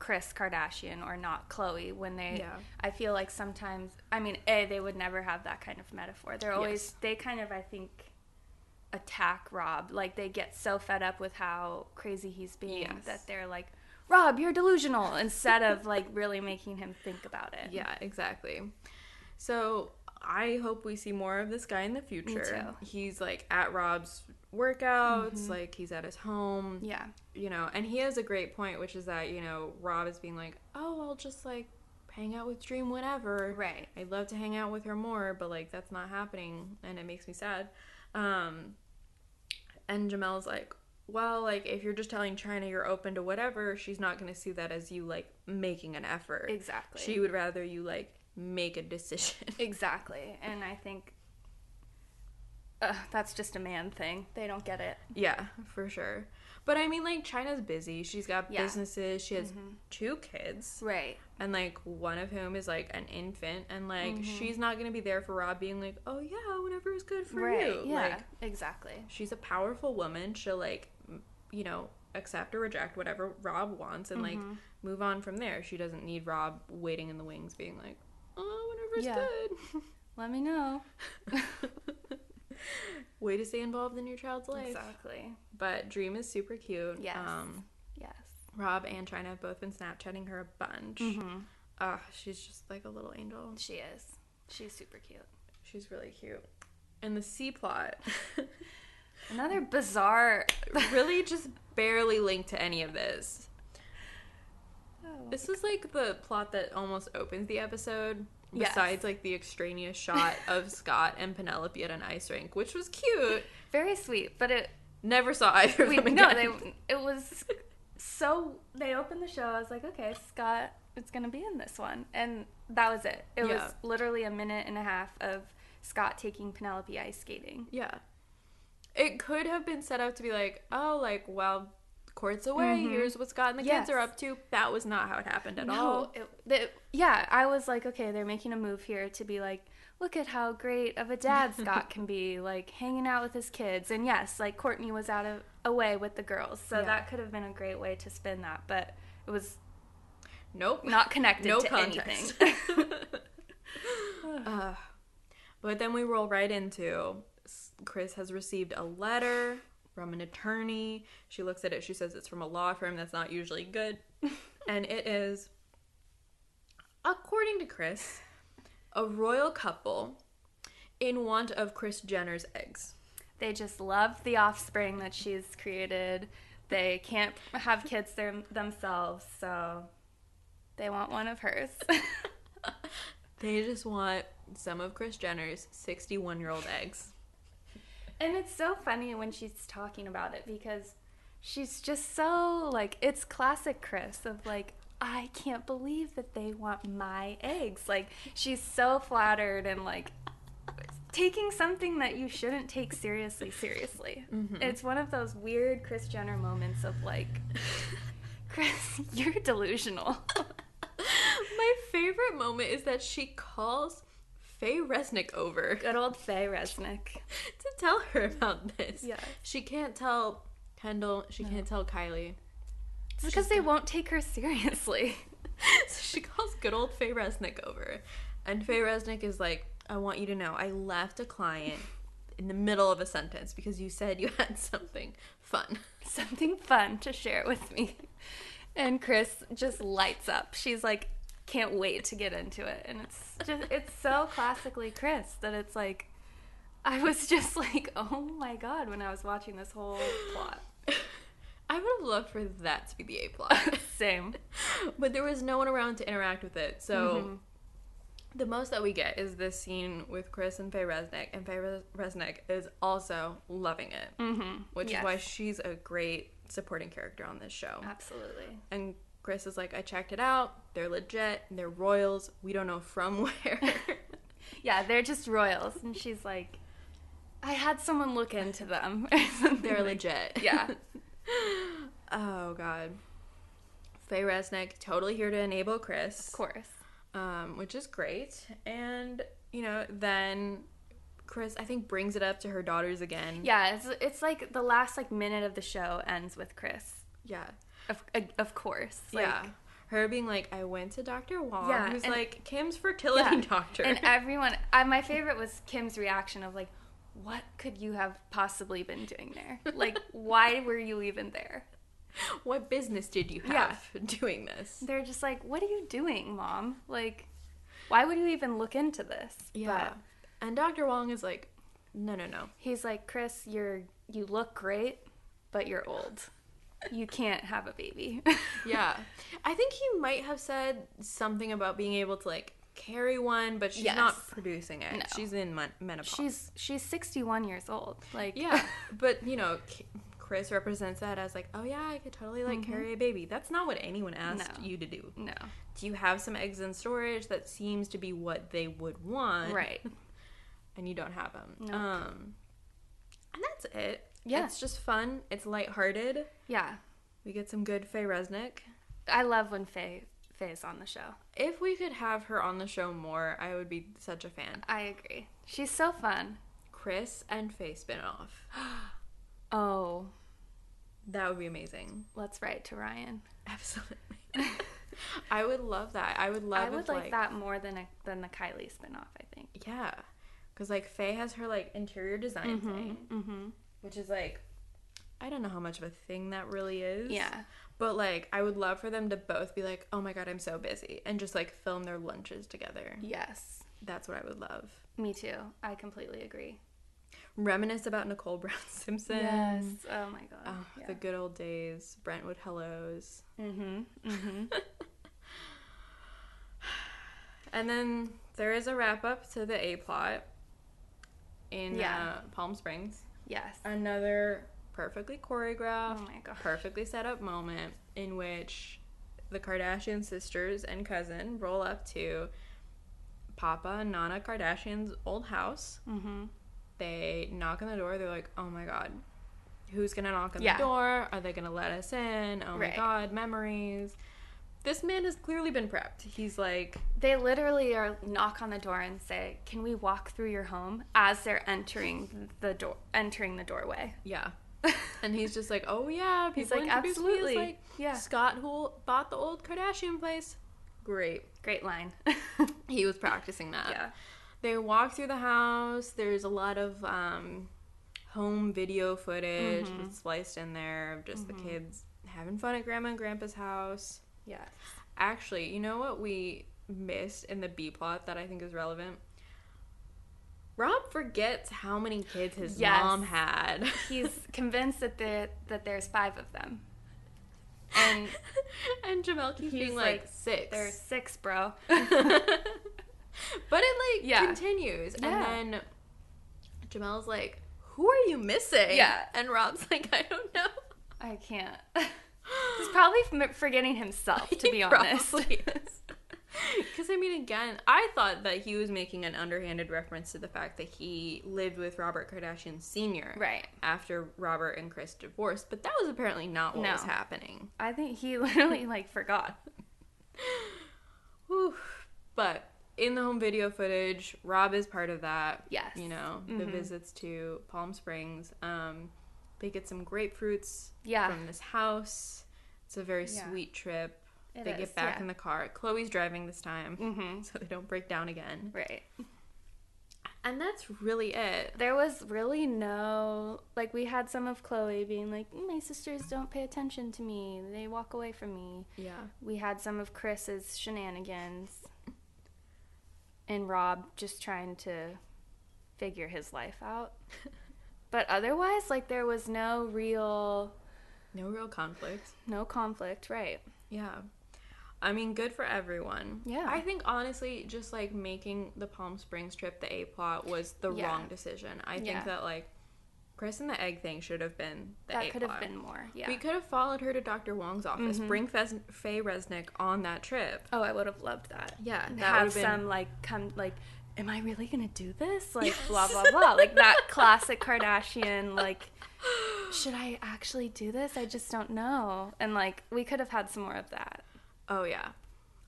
[SPEAKER 2] Chris Kardashian or not Chloe when they
[SPEAKER 1] Yeah.
[SPEAKER 2] I feel like sometimes I mean, A, they would never have that kind of metaphor. They're always
[SPEAKER 1] Yes.
[SPEAKER 2] they kind of I think attack Rob. Like they get so fed up with how crazy he's being
[SPEAKER 1] Yes.
[SPEAKER 2] that they're like, Rob, you're delusional, instead of like really making him think about it.
[SPEAKER 1] Yeah, exactly. So I hope we see more of this guy in the future.
[SPEAKER 2] too. Mm-hmm.
[SPEAKER 1] He's like at Rob's workouts, like he's at his home,
[SPEAKER 2] Yeah.
[SPEAKER 1] you know, and he has a great point, which is that, you know, Rob is being like, oh, I'll just like hang out with Dream whenever.
[SPEAKER 2] Right.
[SPEAKER 1] I'd love to hang out with her more, but like that's not happening and it makes me sad. Um and Jamel's like, well, like if you're just telling China you're open to whatever, she's not going to see that as you like making an effort.
[SPEAKER 2] Exactly.
[SPEAKER 1] She would rather you like make a decision.
[SPEAKER 2] Exactly. And I think uh, that's just a man thing. They don't get it.
[SPEAKER 1] yeah, for sure. But I mean like China's busy. She's got
[SPEAKER 2] Yeah. Mm-hmm.
[SPEAKER 1] businesses. She has two kids.
[SPEAKER 2] Right.
[SPEAKER 1] and like one of whom is like an infant and like
[SPEAKER 2] Mm-hmm.
[SPEAKER 1] she's not gonna be there for rob being like oh yeah whenever is good for
[SPEAKER 2] right.
[SPEAKER 1] you
[SPEAKER 2] Yeah.
[SPEAKER 1] like
[SPEAKER 2] exactly.
[SPEAKER 1] she's a powerful woman she'll like m- you know accept or reject whatever rob wants and
[SPEAKER 2] Mm-hmm.
[SPEAKER 1] like move on from there she doesn't need rob waiting in the wings being like oh whenever's
[SPEAKER 2] Yeah. Let me know.
[SPEAKER 1] good way to stay involved in your child's life
[SPEAKER 2] Exactly.
[SPEAKER 1] but dream is super cute
[SPEAKER 2] Yes.
[SPEAKER 1] um
[SPEAKER 2] Yes.
[SPEAKER 1] rob and china have both been snapchatting her a bunch
[SPEAKER 2] Mm-hmm.
[SPEAKER 1] Ugh, she's just like a little angel
[SPEAKER 2] She is. She's super cute.
[SPEAKER 1] She's really cute. And the C plot
[SPEAKER 2] Another bizarre.
[SPEAKER 1] really just barely linked to any of this.
[SPEAKER 2] Oh.
[SPEAKER 1] This is like the plot that almost opens the episode.
[SPEAKER 2] Yes.
[SPEAKER 1] Besides, like the extraneous shot of Scott and Penelope at an ice rink, which was cute.
[SPEAKER 2] Very sweet, but it.
[SPEAKER 1] Never saw either of
[SPEAKER 2] We,
[SPEAKER 1] them again.
[SPEAKER 2] no, they. It was so. They opened the show. I was like, okay, Scott is gonna be in this one, and that was it. It
[SPEAKER 1] Yeah.
[SPEAKER 2] was literally a minute and a half of Scott taking Penelope ice skating.
[SPEAKER 1] Yeah, it could have been set up to be like, oh, like well, court's away. Here's what Scott and the
[SPEAKER 2] Mm-hmm. Yes.
[SPEAKER 1] kids are up to. That was not how it happened at
[SPEAKER 2] No,
[SPEAKER 1] all.
[SPEAKER 2] it, the- yeah, I was like, okay, they're making a move here to be like, look at how great of a dad Scott can be, like hanging out with his kids. And yes, like Courtney was out of away with the girls, so
[SPEAKER 1] Yeah.
[SPEAKER 2] that could have been a great way to spin that, but it was
[SPEAKER 1] Nope.
[SPEAKER 2] not connected
[SPEAKER 1] no
[SPEAKER 2] to
[SPEAKER 1] context.
[SPEAKER 2] anything.
[SPEAKER 1] Uh, but then we roll right into s- Chris has received a letter from an attorney. She looks at it. She says it's from a law firm that's not usually good, and it is, according to Chris, a royal couple in want of Chris Jenner's eggs.
[SPEAKER 2] They just love the offspring that she's created. They can't have kids them themselves, so they want one of hers.
[SPEAKER 1] They just want some of Chris Jenner's 61 year old eggs.
[SPEAKER 2] And it's so funny when she's talking about it because she's just so like it's classic Chris of like I can't believe that they want my eggs. Like she's so flattered and like taking something that you shouldn't take seriously seriously. It's one of those weird Chris Jenner moments of like Chris, you're delusional.
[SPEAKER 1] My favorite moment is that she calls Faye Resnick over.
[SPEAKER 2] Good old Faye Resnick.
[SPEAKER 1] to tell her about this.
[SPEAKER 2] Yeah.
[SPEAKER 1] She can't tell Kendall, she can't tell Kylie.
[SPEAKER 2] It's because they won't take her seriously.
[SPEAKER 1] so she calls good old Faye Resnick over. And Faye Resnick is like, I want you to know I left a client in the middle of a sentence because you said you had something fun.
[SPEAKER 2] something fun to share with me. And Chris just lights up. She's like, can't wait to get into it. And it's just, it's so classically Chris that it's like, I was just like, oh my God, when I was watching this whole plot.
[SPEAKER 1] I would have loved for that to be the A plot.
[SPEAKER 2] Same.
[SPEAKER 1] but there was no one around to interact with it. So the most that we get is this scene with Chris and Faye Resnick, and Faye Res- Resnick is also loving it, mm-hmm. which is
[SPEAKER 2] Yes. Uh-huh.
[SPEAKER 1] why she's a great supporting character on this show.
[SPEAKER 2] Absolutely.
[SPEAKER 1] And Chris is like, I checked it out. They're legit. They're royals. We don't know from where.
[SPEAKER 2] Yeah, they're just royals. And she's like, I had someone look into them.
[SPEAKER 1] They're
[SPEAKER 2] They're like,
[SPEAKER 1] legit.
[SPEAKER 2] yeah.
[SPEAKER 1] oh God. Faye Resnick totally here to enable Chris.
[SPEAKER 2] Of course.
[SPEAKER 1] um, which is great. And you know, then Chris, I think, brings it up to her daughters again.
[SPEAKER 2] Yeah, it's, it's like the last like minute of the show ends with Chris.
[SPEAKER 1] yeah,
[SPEAKER 2] Of, of course. Like,
[SPEAKER 1] yeah. Her being like, "I went to Doctor Wong,
[SPEAKER 2] Yeah,
[SPEAKER 1] who's
[SPEAKER 2] and-
[SPEAKER 1] like Kim's fertility
[SPEAKER 2] Yeah.
[SPEAKER 1] doctor."
[SPEAKER 2] And everyone, I, my favorite was Kim's reaction of like, "What could you have possibly been doing there? Like, why were you even there?"
[SPEAKER 1] What business did you have doing this?
[SPEAKER 2] They're just like, what are you doing, mom? Like, why would you even look into this?
[SPEAKER 1] Yeah.
[SPEAKER 2] But
[SPEAKER 1] and Dr. Wong is like, no, no, no.
[SPEAKER 2] he's like, Chris, you're you look great, but you're old. You can't have a baby.
[SPEAKER 1] Yeah. I think he might have said something about being able to like carry one, but she's
[SPEAKER 2] Yes.
[SPEAKER 1] not producing it.
[SPEAKER 2] No.
[SPEAKER 1] She's in men- menopause.
[SPEAKER 2] she's she's 61 years old. Like,
[SPEAKER 1] yeah, but you know, K- Chris represents that as like, oh yeah, I could totally like carry a baby. That's not what anyone asked
[SPEAKER 2] No.
[SPEAKER 1] you to do.
[SPEAKER 2] no.
[SPEAKER 1] Do you have some eggs in storage? That seems to be what they would want,
[SPEAKER 2] Right.
[SPEAKER 1] And you don't have them.
[SPEAKER 2] Nope.
[SPEAKER 1] Um, and that's it.
[SPEAKER 2] Yeah.
[SPEAKER 1] it's just fun. It's lighthearted.
[SPEAKER 2] Yeah.
[SPEAKER 1] We get some good Faye Resnick.
[SPEAKER 2] I love when Faye Faye's on the show.
[SPEAKER 1] If we could have her on the show more, I would be such a fan.
[SPEAKER 2] I agree. She's so fun.
[SPEAKER 1] Chris and Faye spinoff.
[SPEAKER 2] Oh,
[SPEAKER 1] That would be amazing.
[SPEAKER 2] let's write to Ryan.
[SPEAKER 1] Absolutely. I would love that. I would love
[SPEAKER 2] I would
[SPEAKER 1] if,
[SPEAKER 2] like, that more than a, than the Kylie spinoff. I think.
[SPEAKER 1] Yeah. Cause like Faye has her like interior design thing,
[SPEAKER 2] Mm-hmm.
[SPEAKER 1] which is like I don't know how much of a thing that really is.
[SPEAKER 2] Yeah.
[SPEAKER 1] But like I would love for them to both be like, Oh my god, I'm so busy and just like film their lunches together.
[SPEAKER 2] Yes.
[SPEAKER 1] That's what I would love.
[SPEAKER 2] Me too. I completely agree.
[SPEAKER 1] Reminisce about Nicole Brown Simpson.
[SPEAKER 2] Oh my god.
[SPEAKER 1] Oh,
[SPEAKER 2] yeah.
[SPEAKER 1] The good old days, Brentwood Hellos.
[SPEAKER 2] Mhm. Mhm.
[SPEAKER 1] And then there is a wrap up to the A plot in
[SPEAKER 2] Yeah.
[SPEAKER 1] uh, Palm Springs.
[SPEAKER 2] yes.
[SPEAKER 1] Another perfectly choreographed,
[SPEAKER 2] Oh my gosh.
[SPEAKER 1] perfectly set up moment in which the Kardashian sisters and cousin roll up to Papa and Nana Kardashian's old house.
[SPEAKER 2] Mhm.
[SPEAKER 1] They knock on the door. They're like, oh my God. Who's gonna knock on
[SPEAKER 2] Yeah.
[SPEAKER 1] the door? Are they gonna let us in? Oh my
[SPEAKER 2] Right.
[SPEAKER 1] god, memories. This man has clearly been prepped. He's like,
[SPEAKER 2] They literally are knock on the door and say, "Can we walk through your home?" as they're entering the door entering the doorway.
[SPEAKER 1] Yeah. And he's just like, oh yeah, people
[SPEAKER 2] He's like,
[SPEAKER 1] introduced me as,
[SPEAKER 2] "Absolutely."
[SPEAKER 1] like,
[SPEAKER 2] Yeah.
[SPEAKER 1] Scott who bought the old Kardashian place. Great.
[SPEAKER 2] Great line.
[SPEAKER 1] He was practicing that.
[SPEAKER 2] yeah.
[SPEAKER 1] They walk through the house. There's a lot of um, home video footage
[SPEAKER 2] Mm-hmm.
[SPEAKER 1] that's sliced in there of just the kids having fun at grandma and grandpa's house.
[SPEAKER 2] Yes.
[SPEAKER 1] Actually, you know what we missed in the B plot that I think is relevant? Rob forgets how many kids his
[SPEAKER 2] Yes.
[SPEAKER 1] mom had.
[SPEAKER 2] He's convinced that there that there's five of them. And
[SPEAKER 1] and Jamel keeps
[SPEAKER 2] He's
[SPEAKER 1] being like,
[SPEAKER 2] like,
[SPEAKER 1] six.
[SPEAKER 2] there's six, bro.
[SPEAKER 1] but it like
[SPEAKER 2] Yeah.
[SPEAKER 1] continues,
[SPEAKER 2] Yeah.
[SPEAKER 1] and then Jamel's like, "Who are you missing?"
[SPEAKER 2] Yeah.
[SPEAKER 1] and Rob's like, "I don't know."
[SPEAKER 2] I can't. He's probably m- forgetting himself, to be honest.
[SPEAKER 1] Because I mean, again, I thought that he was making an underhanded reference to the fact that he lived with Robert Kardashian Sr.
[SPEAKER 2] Right.
[SPEAKER 1] after Robert and Chris divorced, but that was apparently not what
[SPEAKER 2] No.
[SPEAKER 1] was happening.
[SPEAKER 2] I think he literally like forgot.
[SPEAKER 1] Whew. But in the home video footage, Rob is part of that.
[SPEAKER 2] Yes. Mm-hmm.
[SPEAKER 1] You know, the visits to Palm Springs. Um, they get some grapefruits
[SPEAKER 2] Yeah.
[SPEAKER 1] from this house. It's a very
[SPEAKER 2] Yeah.
[SPEAKER 1] sweet trip.
[SPEAKER 2] It
[SPEAKER 1] they
[SPEAKER 2] is,
[SPEAKER 1] get back
[SPEAKER 2] yeah.
[SPEAKER 1] in the car. Chloe's driving this time,
[SPEAKER 2] Mhm.
[SPEAKER 1] so they don't break down again.
[SPEAKER 2] Right.
[SPEAKER 1] And that's really it.
[SPEAKER 2] There was really no like we had some of Chloe being like, "Mm, "My sisters don't pay attention to me. They walk away from me."
[SPEAKER 1] Yeah.
[SPEAKER 2] We had some of Chris's shenanigans and Rob just trying to figure his life out. but otherwise, like there was no real
[SPEAKER 1] No real conflict.
[SPEAKER 2] no conflict, right?
[SPEAKER 1] Yeah. I mean, good for everyone.
[SPEAKER 2] Yeah.
[SPEAKER 1] I think honestly, just like making the Palm Springs trip the A plot was the
[SPEAKER 2] Yeah.
[SPEAKER 1] wrong decision. I
[SPEAKER 2] Yeah.
[SPEAKER 1] think that like Chris and the egg thing should have been Mm-hmm. the A
[SPEAKER 2] That could have
[SPEAKER 1] plot.
[SPEAKER 2] been more. Yeah.
[SPEAKER 1] We could have followed her to Dr. Wong's office, bring Fez- Faye Resnick on that trip.
[SPEAKER 2] Oh, I would have loved that.
[SPEAKER 1] Yeah,
[SPEAKER 2] And
[SPEAKER 1] that
[SPEAKER 2] have
[SPEAKER 1] would've been-
[SPEAKER 2] some like come like, am I really gonna do this? Like
[SPEAKER 1] Yes.
[SPEAKER 2] blah blah blah. Like that classic Kardashian like, should I actually do this? I just don't know. And like we could have had some more of that.
[SPEAKER 1] Oh yeah.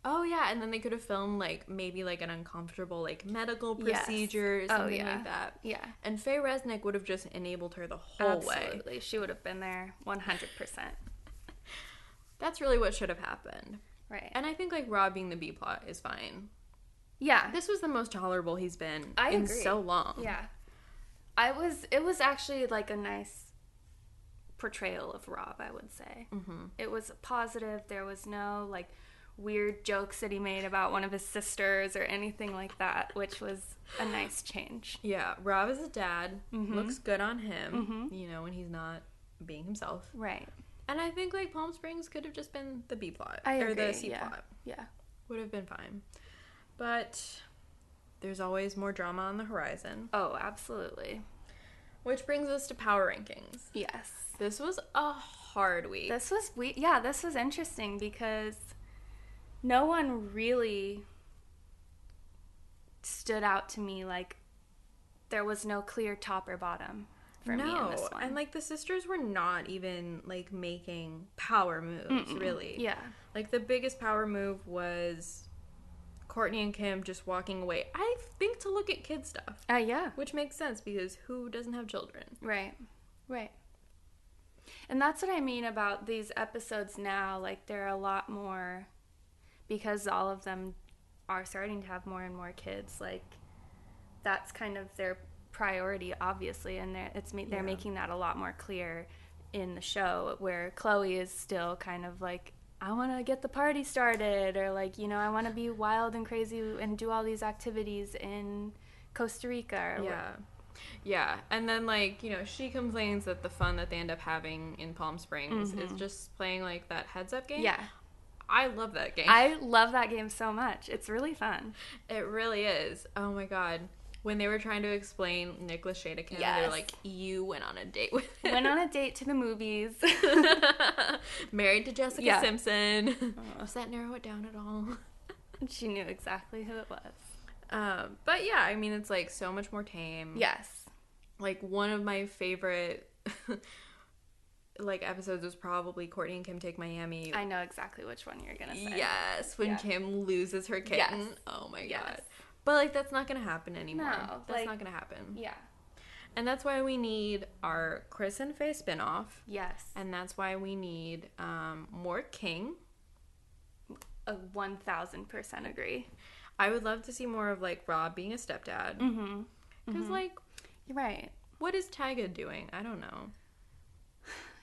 [SPEAKER 1] Oh yeah, and then they could have filmed like maybe like an uncomfortable like medical
[SPEAKER 2] Yes.
[SPEAKER 1] procedure, or
[SPEAKER 2] Oh,
[SPEAKER 1] something
[SPEAKER 2] yeah.
[SPEAKER 1] like that.
[SPEAKER 2] Yeah.
[SPEAKER 1] And Faye Resnick would have just enabled her the whole way.
[SPEAKER 2] Absolutely. She would have been there 100%.
[SPEAKER 1] That's really what should have happened.
[SPEAKER 2] Right.
[SPEAKER 1] And I think like Rob being the B plot is fine.
[SPEAKER 2] yeah.
[SPEAKER 1] This was the most tolerable he's been
[SPEAKER 2] I
[SPEAKER 1] in
[SPEAKER 2] agree.
[SPEAKER 1] so long.
[SPEAKER 2] Yeah. I was it was actually like a nice portrayal of Rob, I would say. It was positive. There was no like weird jokes that he made about one of his sisters or anything like that, which was a nice change.
[SPEAKER 1] Yeah, Rob is a dad.
[SPEAKER 2] Mm-hmm.
[SPEAKER 1] Looks good on him, you know, when he's not being himself.
[SPEAKER 2] Right.
[SPEAKER 1] And I think like Palm Springs could have just been the B plot
[SPEAKER 2] I
[SPEAKER 1] or
[SPEAKER 2] agree.
[SPEAKER 1] the C
[SPEAKER 2] yeah.
[SPEAKER 1] plot.
[SPEAKER 2] Yeah.
[SPEAKER 1] Would have been fine. But there's always more drama on the horizon,
[SPEAKER 2] Oh, absolutely.
[SPEAKER 1] which brings us to power rankings.
[SPEAKER 2] Yes.
[SPEAKER 1] This was a hard week.
[SPEAKER 2] This was we yeah, this was interesting because no one really stood out to me like there was no clear top or bottom for me in this one.
[SPEAKER 1] and like the sisters were not even like making power moves really.
[SPEAKER 2] yeah.
[SPEAKER 1] Like the biggest power move was Courtney and Kim just walking away. I think to look at kid stuff,
[SPEAKER 2] Uh yeah.
[SPEAKER 1] which makes sense because who doesn't have children?
[SPEAKER 2] Right. Right. And that's what I mean about these episodes now. Like, they're a lot more, because all of them are starting to have more and more kids, like, that's kind of their priority, obviously. And they're, it's, ma- they're
[SPEAKER 1] Yeah.
[SPEAKER 2] making that a lot more clear in the show, where Chloe is still kind of like, I want to get the party started, or like, you know, I want to be wild and crazy and do all these activities in Costa Rica. Or
[SPEAKER 1] Yeah. Yeah. And then like, you know, she complains that the fun that they end up having in Palm Springs is just playing like that heads up game.
[SPEAKER 2] Mm-hmm. Yeah.
[SPEAKER 1] I love that game.
[SPEAKER 2] I love that game so much. It's really fun.
[SPEAKER 1] It really is. Oh my god. When they were trying to explain Nick Lachey to Kim, they
[SPEAKER 2] Yes.
[SPEAKER 1] were like, "You went on a date with him.
[SPEAKER 2] Went on a date to the movies.
[SPEAKER 1] married to Jessica
[SPEAKER 2] Yeah. Uh-huh.
[SPEAKER 1] Simpson." Does that narrow it down at all?
[SPEAKER 2] she knew exactly who it was.
[SPEAKER 1] Um, but yeah, I mean, it's like so much more tame.
[SPEAKER 2] Yes.
[SPEAKER 1] like one of my favorite. like episodes was probably Courtney and Kim Take Miami.
[SPEAKER 2] I know exactly which one you're going to say.
[SPEAKER 1] yes, when
[SPEAKER 2] Yeah.
[SPEAKER 1] Kim loses her kitten.
[SPEAKER 2] Yes.
[SPEAKER 1] Oh my
[SPEAKER 2] Yes.
[SPEAKER 1] god. But like that's not gonna happen anymore.
[SPEAKER 2] No,
[SPEAKER 1] that's
[SPEAKER 2] like-
[SPEAKER 1] not gonna happen.
[SPEAKER 2] Yeah.
[SPEAKER 1] And that's why we need our Chris and Faye spinoff.
[SPEAKER 2] Yes.
[SPEAKER 1] And that's why we need um, more King.
[SPEAKER 2] A 1000% agree.
[SPEAKER 1] I would love to see more of like Rob being a stepdad. Because,
[SPEAKER 2] Mm-hmm.
[SPEAKER 1] like,
[SPEAKER 2] You're right.
[SPEAKER 1] what is Tyga doing? I don't know.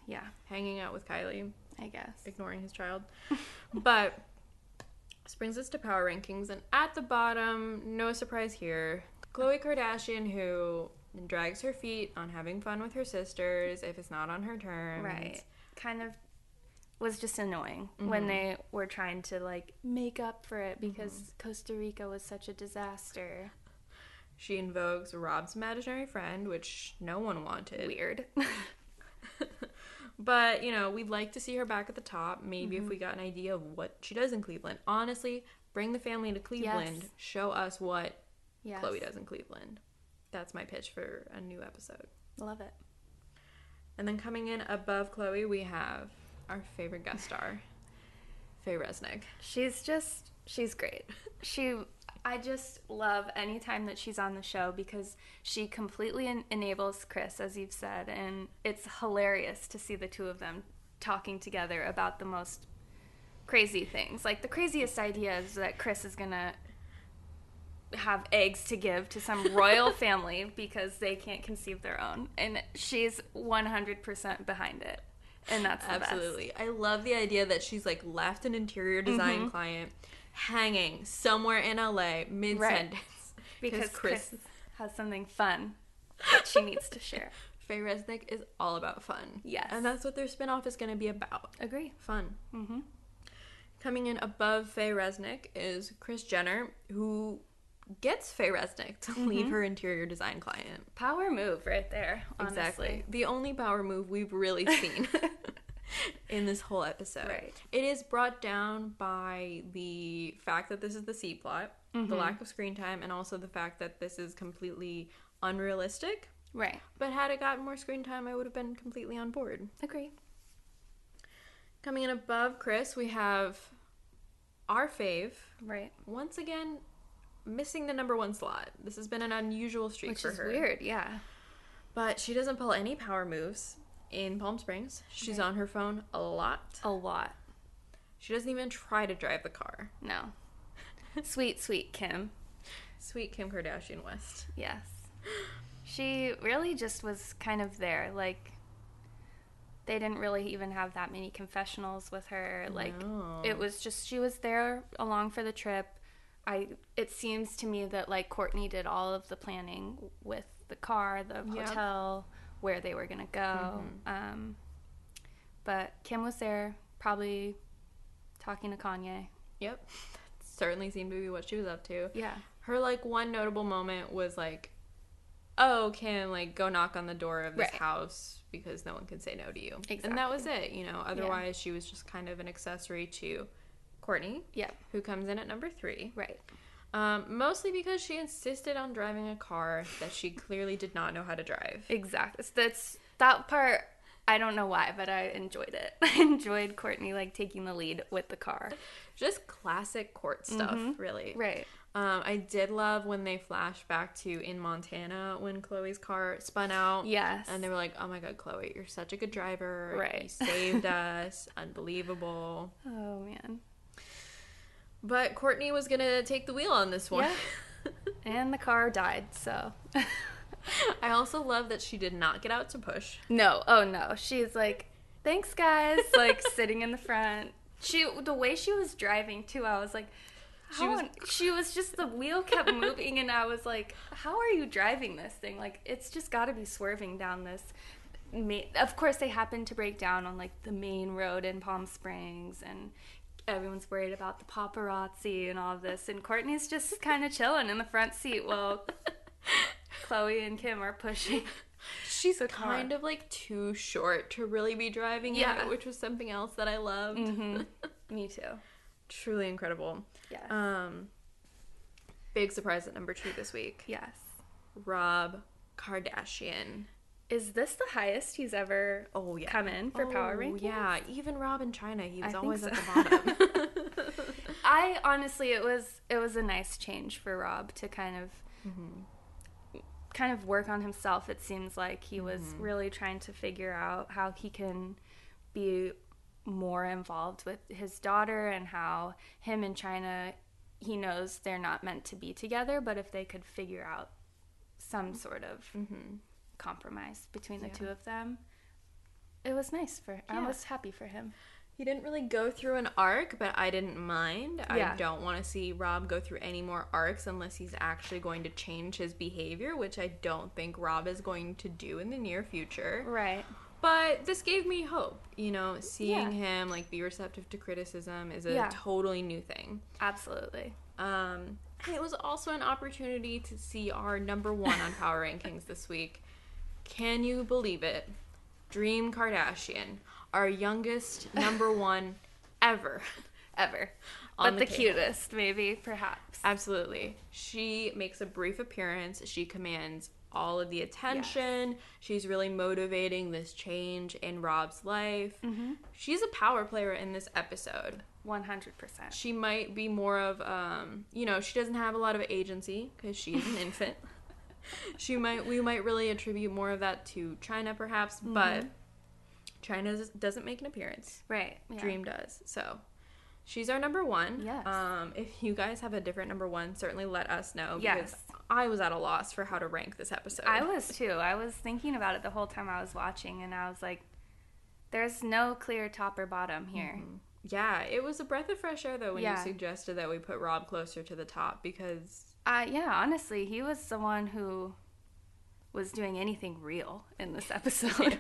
[SPEAKER 2] Yeah,
[SPEAKER 1] Hanging out with Kylie,
[SPEAKER 2] I guess.
[SPEAKER 1] ignoring his child. but this brings us to power rankings. And at the bottom, no surprise here, Khloe Kardashian, who drags her feet on having fun with her sisters if it's not on her terms.
[SPEAKER 2] Right. Kind of was just annoying when they were trying to like make up for it because Costa Rica was such a disaster.
[SPEAKER 1] She invokes Rob's imaginary friend, which no one wanted.
[SPEAKER 2] Weird.
[SPEAKER 1] But, you know, we'd like to see her back at the top. Maybe
[SPEAKER 2] Mm-hmm.
[SPEAKER 1] if we got an idea of what she does in Cleveland. Honestly, bring the family to Cleveland.
[SPEAKER 2] Yes.
[SPEAKER 1] Show us what
[SPEAKER 2] yes.
[SPEAKER 1] Chloe does in Cleveland. That's my pitch for a new episode.
[SPEAKER 2] Love it.
[SPEAKER 1] And then coming in above Chloe, we have our favorite guest star, Faye Resnick.
[SPEAKER 2] She's just she's great. She I just love any time that she's on the show because she completely en- enables Chris as you've said and it's hilarious to see the two of them talking together about the most crazy things. Like the craziest idea is that Chris is going to have eggs to give to some royal family because they can't conceive their own and she's 100% behind it. And that's the best.
[SPEAKER 1] Absolutely. I love the idea that she's like left an interior design
[SPEAKER 2] Mm-hmm.
[SPEAKER 1] client hanging somewhere in LA mid sentence.
[SPEAKER 2] because Chris, has something fun that she needs to share.
[SPEAKER 1] Faye Resnick is all about fun.
[SPEAKER 2] Yes.
[SPEAKER 1] And that's what their spinoff is going to be about
[SPEAKER 2] Agree.
[SPEAKER 1] fun. Mm-hmm. Coming in above Faye Resnick is Chris Jenner, who gets Faye Resnick to
[SPEAKER 2] Mm-hmm.
[SPEAKER 1] leave her interior design client.
[SPEAKER 2] Power move right there. Honestly.
[SPEAKER 1] Exactly. The only power move we've really seen in this whole episode.
[SPEAKER 2] Right.
[SPEAKER 1] It is brought down by the fact that this is the C plot,
[SPEAKER 2] Mm-hmm.
[SPEAKER 1] the lack of screen time, and also the fact that this is completely unrealistic.
[SPEAKER 2] Right.
[SPEAKER 1] But had it gotten more screen time, I would have been completely on board.
[SPEAKER 2] Agree.
[SPEAKER 1] Coming in above Chris, we have our fave.
[SPEAKER 2] Right.
[SPEAKER 1] Once again, missing the number one slot. This has been an unusual streak
[SPEAKER 2] Which
[SPEAKER 1] for
[SPEAKER 2] is
[SPEAKER 1] her.
[SPEAKER 2] weird. Yeah.
[SPEAKER 1] But she doesn't pull any power moves in Palm Springs. She's on her phone a lot.
[SPEAKER 2] A lot.
[SPEAKER 1] She doesn't even try to drive the car.
[SPEAKER 2] No. sweet, sweet Kim.
[SPEAKER 1] Sweet Kim Kardashian West.
[SPEAKER 2] Yes. She really just was kind of there. Like, they didn't really even have that many confessionals with her. Like
[SPEAKER 1] No.
[SPEAKER 2] it was just she was there along for the trip. I it seems to me that like Courtney did all of the planning with the car, the
[SPEAKER 1] Yeah.
[SPEAKER 2] hotel, where they were gonna go. Um, but Kim was there, probably talking to Kanye.
[SPEAKER 1] Yep. Certainly seemed to be what she was up to.
[SPEAKER 2] Yeah.
[SPEAKER 1] Her like one notable moment was like, "Oh, Kim, like go knock on the door of this
[SPEAKER 2] Right.
[SPEAKER 1] house because no one can say no to you." And that was it, you know. Otherwise, she was just kind of an accessory to Courtney,
[SPEAKER 2] Yep.
[SPEAKER 1] who comes in at number 3.
[SPEAKER 2] Right.
[SPEAKER 1] Um, mostly because she insisted on driving a car that she clearly did not know how to drive.
[SPEAKER 2] Exactly. That's that part. I don't know why, but I enjoyed it. I enjoyed Courtney like taking the lead with the car.
[SPEAKER 1] Just classic court stuff, really.
[SPEAKER 2] Mm-hmm. Right.
[SPEAKER 1] Um, I did love when they flash back to in Montana when Chloe's car spun out.
[SPEAKER 2] Yes.
[SPEAKER 1] And they were like, "Oh my god, Chloe, you're such a good driver. You
[SPEAKER 2] Right.
[SPEAKER 1] saved us. Unbelievable."
[SPEAKER 2] oh man.
[SPEAKER 1] But Courtney was gonna take the wheel on this one.
[SPEAKER 2] And the car died. So.
[SPEAKER 1] I also love that she did not get out to push.
[SPEAKER 2] no. Oh no. She's like, thanks guys. Like sitting in the front. She the way she was driving too. I was like.
[SPEAKER 1] She
[SPEAKER 2] She was,
[SPEAKER 1] was-
[SPEAKER 2] she was just the wheel kept moving and I was like, "How are you driving this thing? Like it's just got to be swerving down this." Ma- of course, they happened to break down on like the main road in Palm Springs, and everyone's worried about the paparazzi and all of this. And Courtney's just kind of chilling in the front seat while Chloe and Kim are pushing.
[SPEAKER 1] She's
[SPEAKER 2] The car.
[SPEAKER 1] kind of like too short to really be driving yeah.
[SPEAKER 2] Yeah. Mm-hmm.
[SPEAKER 1] it, which was something else that I loved.
[SPEAKER 2] Me too.
[SPEAKER 1] Truly incredible.
[SPEAKER 2] Yeah.
[SPEAKER 1] Um, big surprise at number two this week.
[SPEAKER 2] yes.
[SPEAKER 1] Rob Kardashian.
[SPEAKER 2] Is this the highest he's ever
[SPEAKER 1] Oh yeah.
[SPEAKER 2] come in for Power
[SPEAKER 1] Oh,
[SPEAKER 2] Rankings?
[SPEAKER 1] Yeah, even Rob in China, he was
[SPEAKER 2] think
[SPEAKER 1] always
[SPEAKER 2] so.
[SPEAKER 1] at the bottom.
[SPEAKER 2] I honestly, it was it was a nice change for Rob to kind of
[SPEAKER 1] Mm-hmm.
[SPEAKER 2] kind of work on himself. It seems like he was really trying to figure out how he can be more involved with his daughter and how him and China he knows they're not meant to be together, but if they could figure out some sort of compromise between the
[SPEAKER 1] Mm-hmm. Yeah.
[SPEAKER 2] two of them, it was nice for I
[SPEAKER 1] Yeah.
[SPEAKER 2] was happy for him.
[SPEAKER 1] he didn't really go through an arc, but I didn't mind. I
[SPEAKER 2] Yeah.
[SPEAKER 1] don't want to see Rob go through any more arcs unless he's actually going to change his behavior, which I don't think Rob is going to do in the near future.
[SPEAKER 2] Right.
[SPEAKER 1] But this gave me hope, you know, seeing
[SPEAKER 2] Yeah.
[SPEAKER 1] him like be receptive to criticism is a
[SPEAKER 2] Yeah.
[SPEAKER 1] totally new thing.
[SPEAKER 2] Absolutely.
[SPEAKER 1] Um, and it was also an opportunity to see our number one on Power Rankings this week. Can you believe it? Dream Kardashian, our youngest number one ever.
[SPEAKER 2] ever.
[SPEAKER 1] On
[SPEAKER 2] but
[SPEAKER 1] the
[SPEAKER 2] the,
[SPEAKER 1] table.
[SPEAKER 2] cutest, maybe, perhaps.
[SPEAKER 1] Absolutely. She makes a brief appearance. She commands all of the attention. She's really motivating this change in Rob's life. She's a power player in this episode.
[SPEAKER 2] 100%.
[SPEAKER 1] she might be more of um you know she doesn't have a lot of agency because she's an infant she might we might really attribute more of that to china perhaps but
[SPEAKER 2] Mm-hmm.
[SPEAKER 1] china does- doesn't make an appearance
[SPEAKER 2] Right. yeah.
[SPEAKER 1] dream does so she's our number one
[SPEAKER 2] Yes.
[SPEAKER 1] um if you guys have a different number one certainly let us know because
[SPEAKER 2] Yes.
[SPEAKER 1] i was at a loss for how to rank this episode
[SPEAKER 2] I was too. I was thinking about it the whole time I was watching, and I was like, there's no clear top or bottom here.
[SPEAKER 1] yeah it was a breath of fresh air though when you
[SPEAKER 2] Yeah.
[SPEAKER 1] suggested that we put rob closer to the top because
[SPEAKER 2] Uh, yeah, honestly, he was the one who was doing anything real in this episode.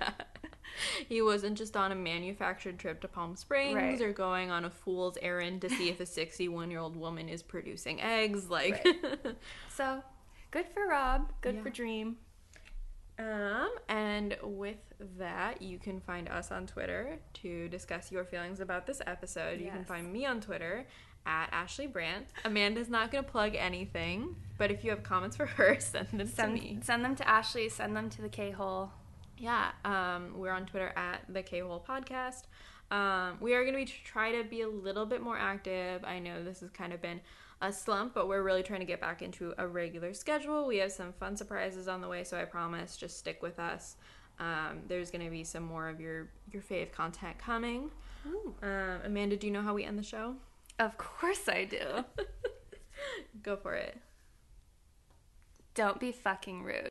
[SPEAKER 1] He wasn't just on a manufactured trip to Palm Springs
[SPEAKER 2] Right.
[SPEAKER 1] or going on a fool's errand to see if a 61 year old woman is producing eggs. Like,
[SPEAKER 2] so, good for Rob. Good
[SPEAKER 1] Yeah.
[SPEAKER 2] for Dream.
[SPEAKER 1] um, and with that, you can find us on Twitter to discuss your feelings about this episode. You can
[SPEAKER 2] Yes.
[SPEAKER 1] find me on Twitter at Ashley Brandt. Amanda's not going to plug anything, but if you have comments for her, send them
[SPEAKER 2] Send,
[SPEAKER 1] to me.
[SPEAKER 2] send them to Ashley, send them to the K hole.
[SPEAKER 1] Yeah, um, we're on Twitter at the K Hole Podcast. Um, we are going to be try to be a little bit more active. I know this has kind of been a slump, but we're really trying to get back into a regular schedule. We have some fun surprises on the way, so I promise, just stick with us. Um, there's going to be some more of your your fave content coming. Um, Amanda, do you know how we end the show?
[SPEAKER 2] Of course I do.
[SPEAKER 1] Go for it.
[SPEAKER 2] Don't be fucking rude.